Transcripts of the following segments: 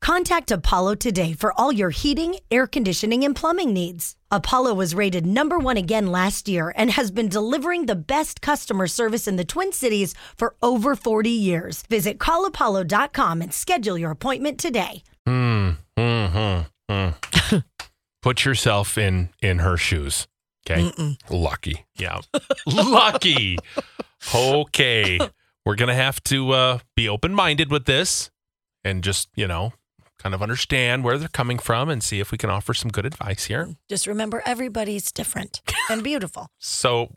Contact Apollo today for all your heating, air conditioning, and plumbing needs. Apollo was rated number one again last year and has been delivering the best customer service in the Twin Cities for over 40 years. Visit callapollo.com and schedule your appointment today. Hmm, Mm, mm-hmm, mm. Put yourself in in her shoes. Okay. Lucky. Yeah. Lucky. Okay. We're going to have to uh, be open minded with this and just, you know, kind of understand where they're coming from and see if we can offer some good advice here. Just remember, everybody's different and beautiful. So,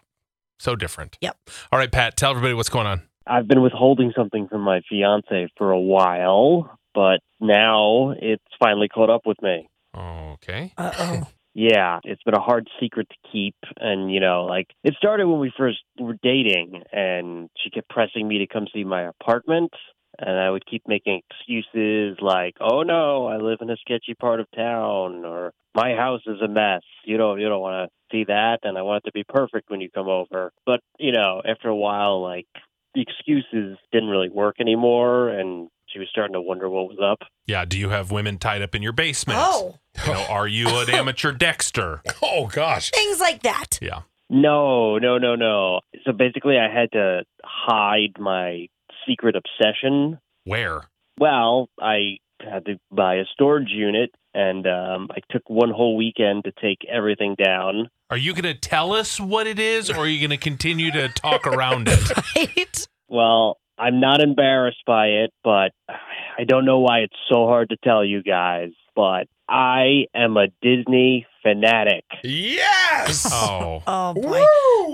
so different. Yep. All right, Pat, tell everybody what's going on. I've been withholding something from my fiance for a while, but now it's finally caught up with me. Okay. Uh oh. Yeah, it's been a hard secret to keep. And, you know, like it started when we first were dating, and she kept pressing me to come see my apartment. And I would keep making excuses like, oh no, I live in a sketchy part of town, or my house is a mess. You don't, you don't want to see that. And I want it to be perfect when you come over. But, you know, after a while, like the excuses didn't really work anymore. And she was starting to wonder what was up. Yeah. Do you have women tied up in your basement? Oh, You know, are you an amateur Dexter? Oh gosh. things like that. Yeah. No, no, no, no. So basically, I had to hide my secret obsession. Where? Well, I had to buy a storage unit, and um, I took one whole weekend to take everything down. Are you going to tell us what it is or are you going to continue to talk around it? Right? Well, I'm not embarrassed by it, but I don't know why it's so hard to tell you guys, but I am a Disney fanatic. Yes. Oh. Oh boy.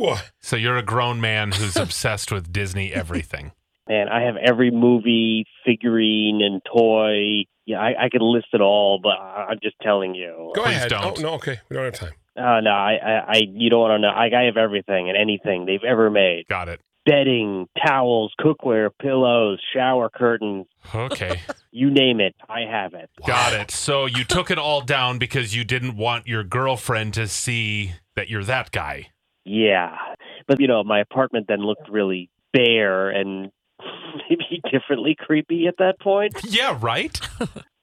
Woo! So you're a grown man who's obsessed with Disney everything. Man, I have every movie, figurine, and toy. Yeah, I, I could list it all, but I- I'm just telling you. Go Please ahead. don't. Oh, no, okay. We don't have time. Oh no, I, I, I you don't want to know. I, I have everything and anything they've ever made: Got it. bedding, towels, cookware, pillows, shower curtains. Okay. You name it, I have it. Got it. So you took it all down because you didn't want your girlfriend to see that you're that guy. Yeah, but you know, my apartment then looked really bare and maybe differently creepy at that point. Yeah, right?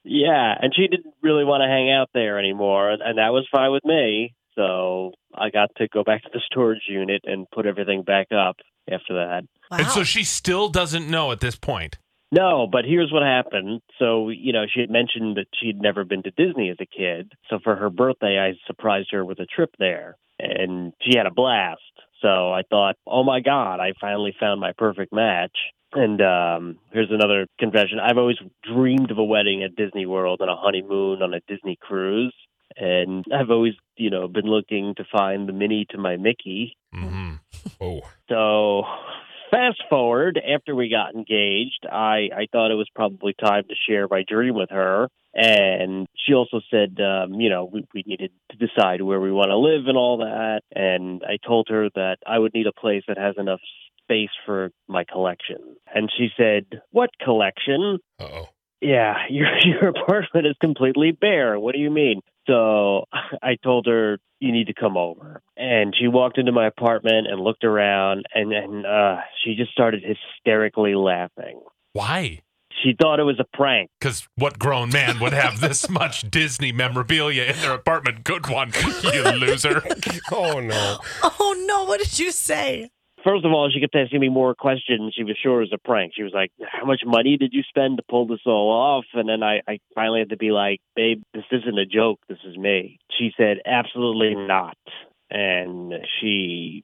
Yeah, and she didn't really want to hang out there anymore, and that was fine with me. So I got to go back to the storage unit and put everything back up after that. Wow. And so she still doesn't know at this point. No, but here's what happened. So, you know, she had mentioned that she had never been to Disney as a kid. So for her birthday, I surprised her with a trip there, and she had a blast. So I thought, oh my God, I finally found my perfect match. And um, here's another confession I've always dreamed of a wedding at Disney World and a honeymoon on a Disney cruise. And I've always, you know, been looking to find the mini to my Mickey. hmm Oh. So fast forward after we got engaged, I, I thought it was probably time to share my dream with her. And she also said, um, you know, we, we needed to decide where we want to live and all that. And I told her that I would need a place that has enough space for my collection. And she said, What collection? Uh oh. Yeah, your your apartment is completely bare. What do you mean? So I told her you need to come over, and she walked into my apartment and looked around, and and uh, she just started hysterically laughing. Why? She thought it was a prank. Because what grown man would have this much Disney memorabilia in their apartment? Good one, you loser. Oh no. Oh no, what did you say? First of all, she kept asking me more questions. She was sure it was a prank. She was like, "How much money did you spend to pull this all off?" And then I, I finally had to be like, "Babe, this isn't a joke. This is me." She said, "Absolutely not," and she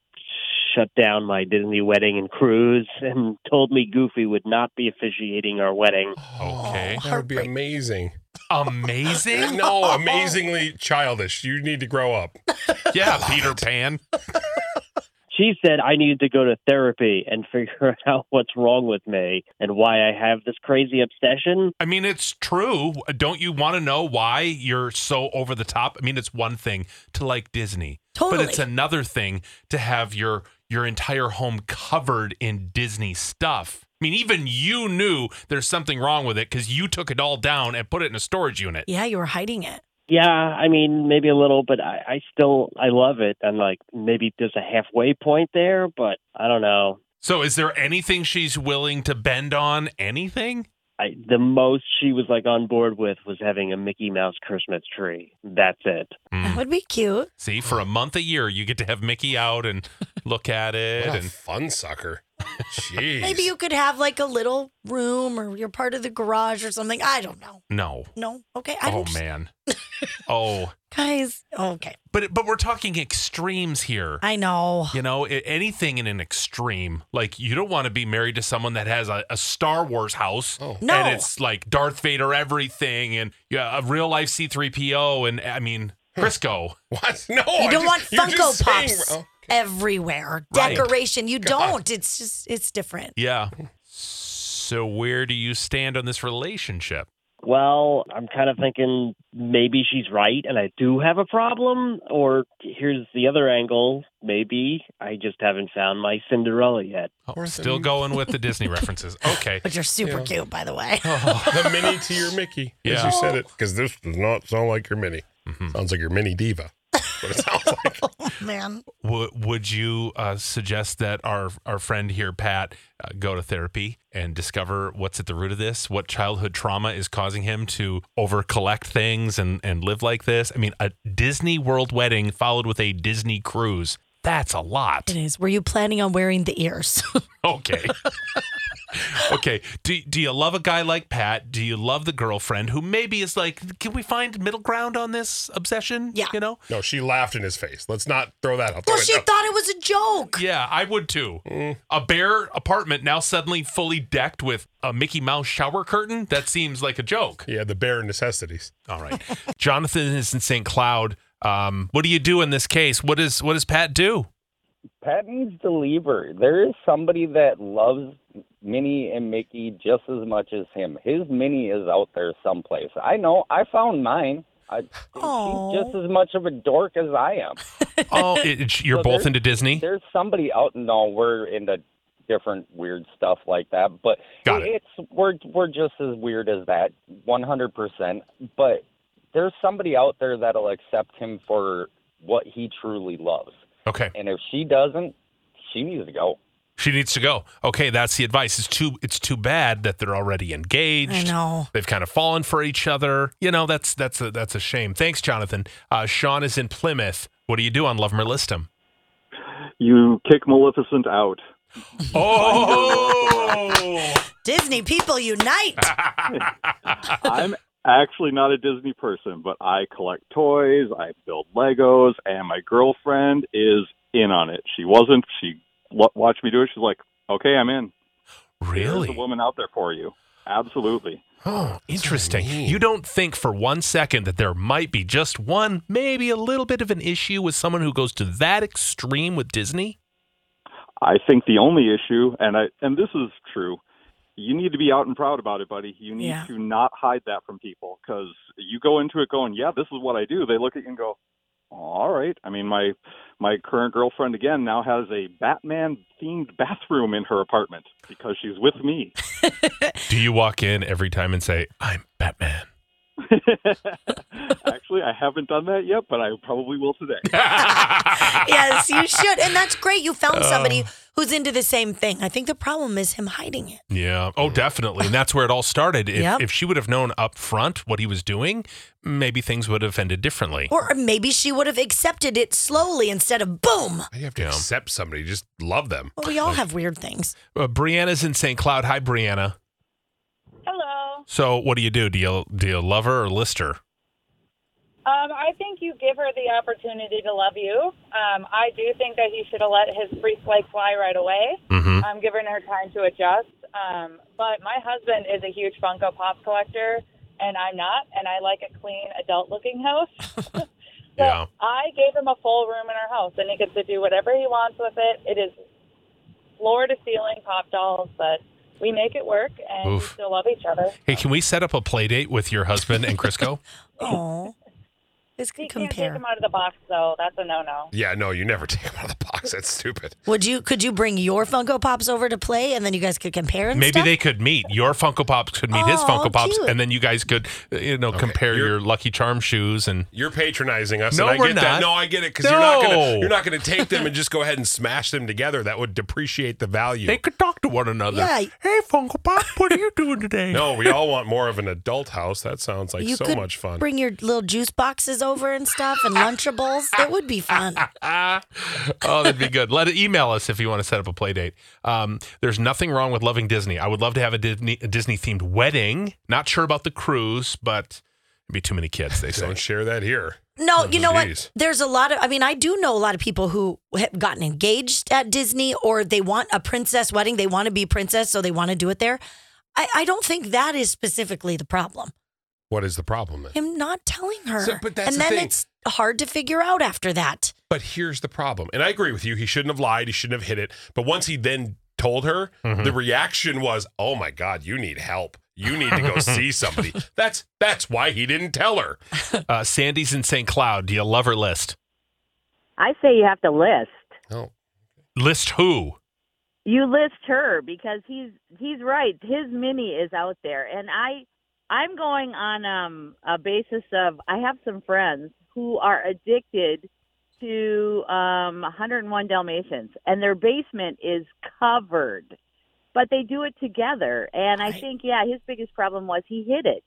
shut down my Disney wedding and cruise and told me Goofy would not be officiating our wedding. Okay. Oh, That would be amazing. Amazing? No, amazingly childish. You need to grow up. Yeah, Peter Pan. She said I needed to go to therapy and figure out what's wrong with me and why I have this crazy obsession. I mean, it's true. Don't you want to know why you're so over the top? I mean, it's one thing to like Disney, Totally. but it's another thing to have your your entire home covered in Disney stuff. I mean, even you knew there's something wrong with it because you took it all down and put it in a storage unit. Yeah, you were hiding it. Yeah, I mean, maybe a little, but I, I still I love it. And like maybe there's a halfway point there, but I don't know. So, is there anything she's willing to bend on? Anything? I, the most she was like on board with was having a Mickey Mouse Christmas tree. That's it. That would be cute. See, for a month a year, you get to have Mickey out and look at it. What a and fun sucker. Jeez. Maybe you could have like a little room or you're part of the garage or something. I don't know. no, No. Okay. I oh don't, man, oh, Guys. Okay. but but we're talking extremes here. I know. You know, i- anything in an extreme. Like you don't want to be married to someone that has a, a Star Wars house. Oh. No. And it's like Darth Vader everything and yeah, a real life C3PO and I mean Crisco. What? No. You Oh, I don't ju- want you're just Funko saying- Pops oh, everywhere. Right. Decoration. You don't. It's just it's different. Yeah. So where do you stand on this relationship? Well, I'm kind of thinking maybe she's right and I do have a problem. Or here's the other angle maybe I just haven't found my Cinderella yet. Oh, Or is it still me? going with the Disney references. Okay. Oh. But you're super cute, by the way. the mini to your Mickey. Yeah. Mm-hmm. As you said it, because this does not sound like your mini. Sounds like your mini diva. What it sounds like. Man. W- would you uh, suggest that our our friend here, Pat, uh, go to therapy and discover what's at the root of this? What childhood trauma is causing him to overcollect things and and live like this? I mean, a Disney World wedding followed with a Disney cruise. That's a lot. It is. Were you planning on wearing the ears? Okay. okay. Do, do you love a guy like Pat? Do you love the girlfriend who maybe is like, can we find middle ground on this obsession? Yeah. You know? No, she laughed in his face. Let's not throw that out the well, she window. thought it was a joke. Yeah, I would too. A bare apartment now suddenly fully decked with a Mickey Mouse shower curtain? That seems like a joke. yeah, the bare necessities. All right. Jonathan is in St. Cloud. Um, what do you do in this case? What is what does Pat do? Pat needs to leave her. There is somebody that loves Minnie and Mickey just as much as him. His Minnie is out there someplace. I know. I found mine. I, Aw. she's just as much of a dork as I am. Oh, it, it- you're So both there's- into Disney. There's somebody out. No, we're into different weird stuff like that. But Got it. it's we're we're just as weird as that, 100. percent But there's somebody out there that'll accept him for what he truly loves. Okay. And if she doesn't, she needs to go. She needs to go. Okay, that's the advice. It's too it's too bad that they're already engaged. I know. They've kind of fallen for each other. You know, that's that's a that's a shame. Thanks, Jonathan. Uh, Sean is in Plymouth. What do you do on Love 'em or List 'em? You kick Maleficent out. Oh, Disney people unite. I'm actually not a Disney person, but I collect toys, I build Legos, and my girlfriend is in on it. She wasn't. She lo- watched me do it. She's like, okay, I'm in. There's a really? woman out there for you. Absolutely. Oh, interesting. You don't think for one second that there might be just one, maybe a little bit of an issue with someone who goes to that extreme with Disney? I think the only issue, and I, and this is true, you need to be out and proud about it, buddy. You need Yeah. to not hide that from people because you go into it going, "Yeah, this is what I do." They look at you and go, "All right." I mean, my my current girlfriend again now has a Batman themed bathroom in her apartment because she's with me. Do you walk in every time and say, "I'm Batman"? Actually, I haven't done that yet, but I probably will today. yes, you should. And that's great. You found somebody who's into the same thing. I think the problem is him hiding it. Yeah. Oh, definitely. And that's where it all started. If, Yep. if she would have known up front what he was doing, maybe things would have ended differently. Or maybe she would have accepted it slowly instead of boom. You have to Yeah. accept somebody. Just love them. Well, we all have weird things. Uh, Brianna's in St. Cloud. Hi, Brianna. Hello. So, what do you do? Do you do you love her or list her? Um, I think you give her the opportunity to love you. Um, I do think that he should have let his freak flag fly right away, Mm-hmm. um, giving her time to adjust. Um, but my husband is a huge Funko Pop collector, and I'm not, and I like a clean, adult looking house. so Yeah. I gave him a full room in our house, and he gets to do whatever he wants with it. It is floor to ceiling pop dolls, but we make it work, and we Oof. still love each other. Hey, can we set up a play date with your husband and Crisco? Oh, It's good You can't take compare. them out of the box, though. That's a no-no. Yeah, no, you never take them out of the box. That's stupid. Would you? Could you bring your Funko Pops over to play, and then you guys could compare and Maybe stuff? they could meet. Your Funko Pops could meet his Oh, Funko Pops, cute. and then you guys could, uh, you know, compare you're- your Lucky Charm shoes. And You're patronizing us. No, and I we're get not. that. No, I get it because you're not gonna No. you're not gonna take them and just go ahead and smash them together. That would depreciate the value. they could talk to one another. Yeah. Hey, Funko Pop, what are you doing today? no, we all want more of an adult house. That sounds like you so could much fun. Bring your little juice boxes over and stuff, and Lunchables. it would be fun. Ah. oh, that'd be good. Let email us if you want to set up a play date. Um, there's nothing wrong with loving Disney. I would love to have a Disney a Disney themed wedding. Not sure about the cruise, but it'd be too many kids. They say. Don't share that here. No, you know Oh, Jeez. what? There's a lot of, I mean, I do know a lot of people who have gotten engaged at Disney or they want a princess wedding. They want to be princess, so they want to do it there. I, I don't think that is specifically the problem. What is the problem then? Him not telling her. So, but that's and the then thing. it's hard to figure out after that. But here's the problem. And I agree with you. He shouldn't have lied. He shouldn't have hit it. But once he then told her, Mm-hmm. the reaction was, "Oh my god, you need help. You need to go see somebody." That's that's why he didn't tell her. Uh, Sandy's in St. Cloud. Do you love her list? I say you have to list. No. List who? You list her because he's he's right. His mini is out there, and I I'm going on um, a basis of I have some friends who are addicted to um, 101 Dalmatians, and their basement is covered, but they do it together. And I Right. think yeah, his biggest problem was he hid it,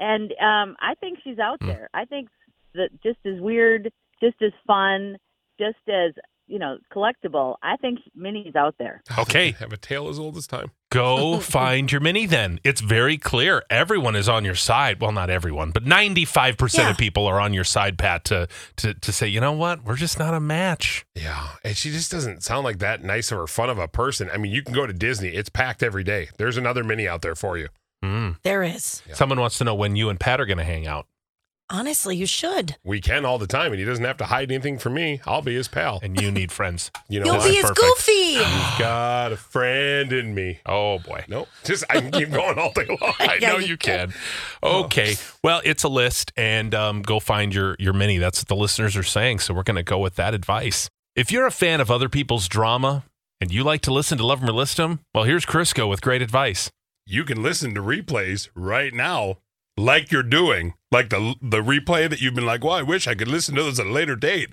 and um, I think she's out there. I think that just as weird, just as fun, just as you know collectible. I think Minnie's out there. Okay. Have a tail as old as time. Go find your mini then. It's very clear. Everyone is on your side. Well, not everyone, but 95% Yeah. of people are on your side, Pat, to, to, to say, you know what? We're just not a match. Yeah, and she just doesn't sound like that nice or fun of a person. I mean, you can go to Disney; it's packed every day. There's another mini out there for you. Mm. There is. Someone wants to know when you and Pat are going to hang out. Honestly, you should. We can all the time, and he doesn't have to hide anything from me. I'll be his pal. And you need friends. You know, You'll what? be as perfect. goofy. You've got a friend in me. Oh, boy. Nope, just I can keep going all day long. I Yeah, know you Oh. you can. Okay. Well, it's a list, and um, go find your your mini. That's what the listeners are saying. So we're going to go with that advice. If you're a fan of other people's drama and you like to listen to Love 'em or List 'em, well, here's Crisco with great advice. You can listen to replays right now, like you're doing, like the the replay that you've been like, "Well, I wish I could listen to this at a later date."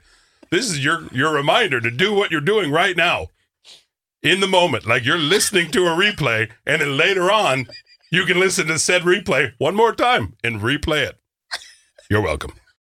This is your your reminder to do what you're doing right now, in the moment. Like you're listening to a replay, and then later on, you can listen to said replay one more time and replay it. You're welcome.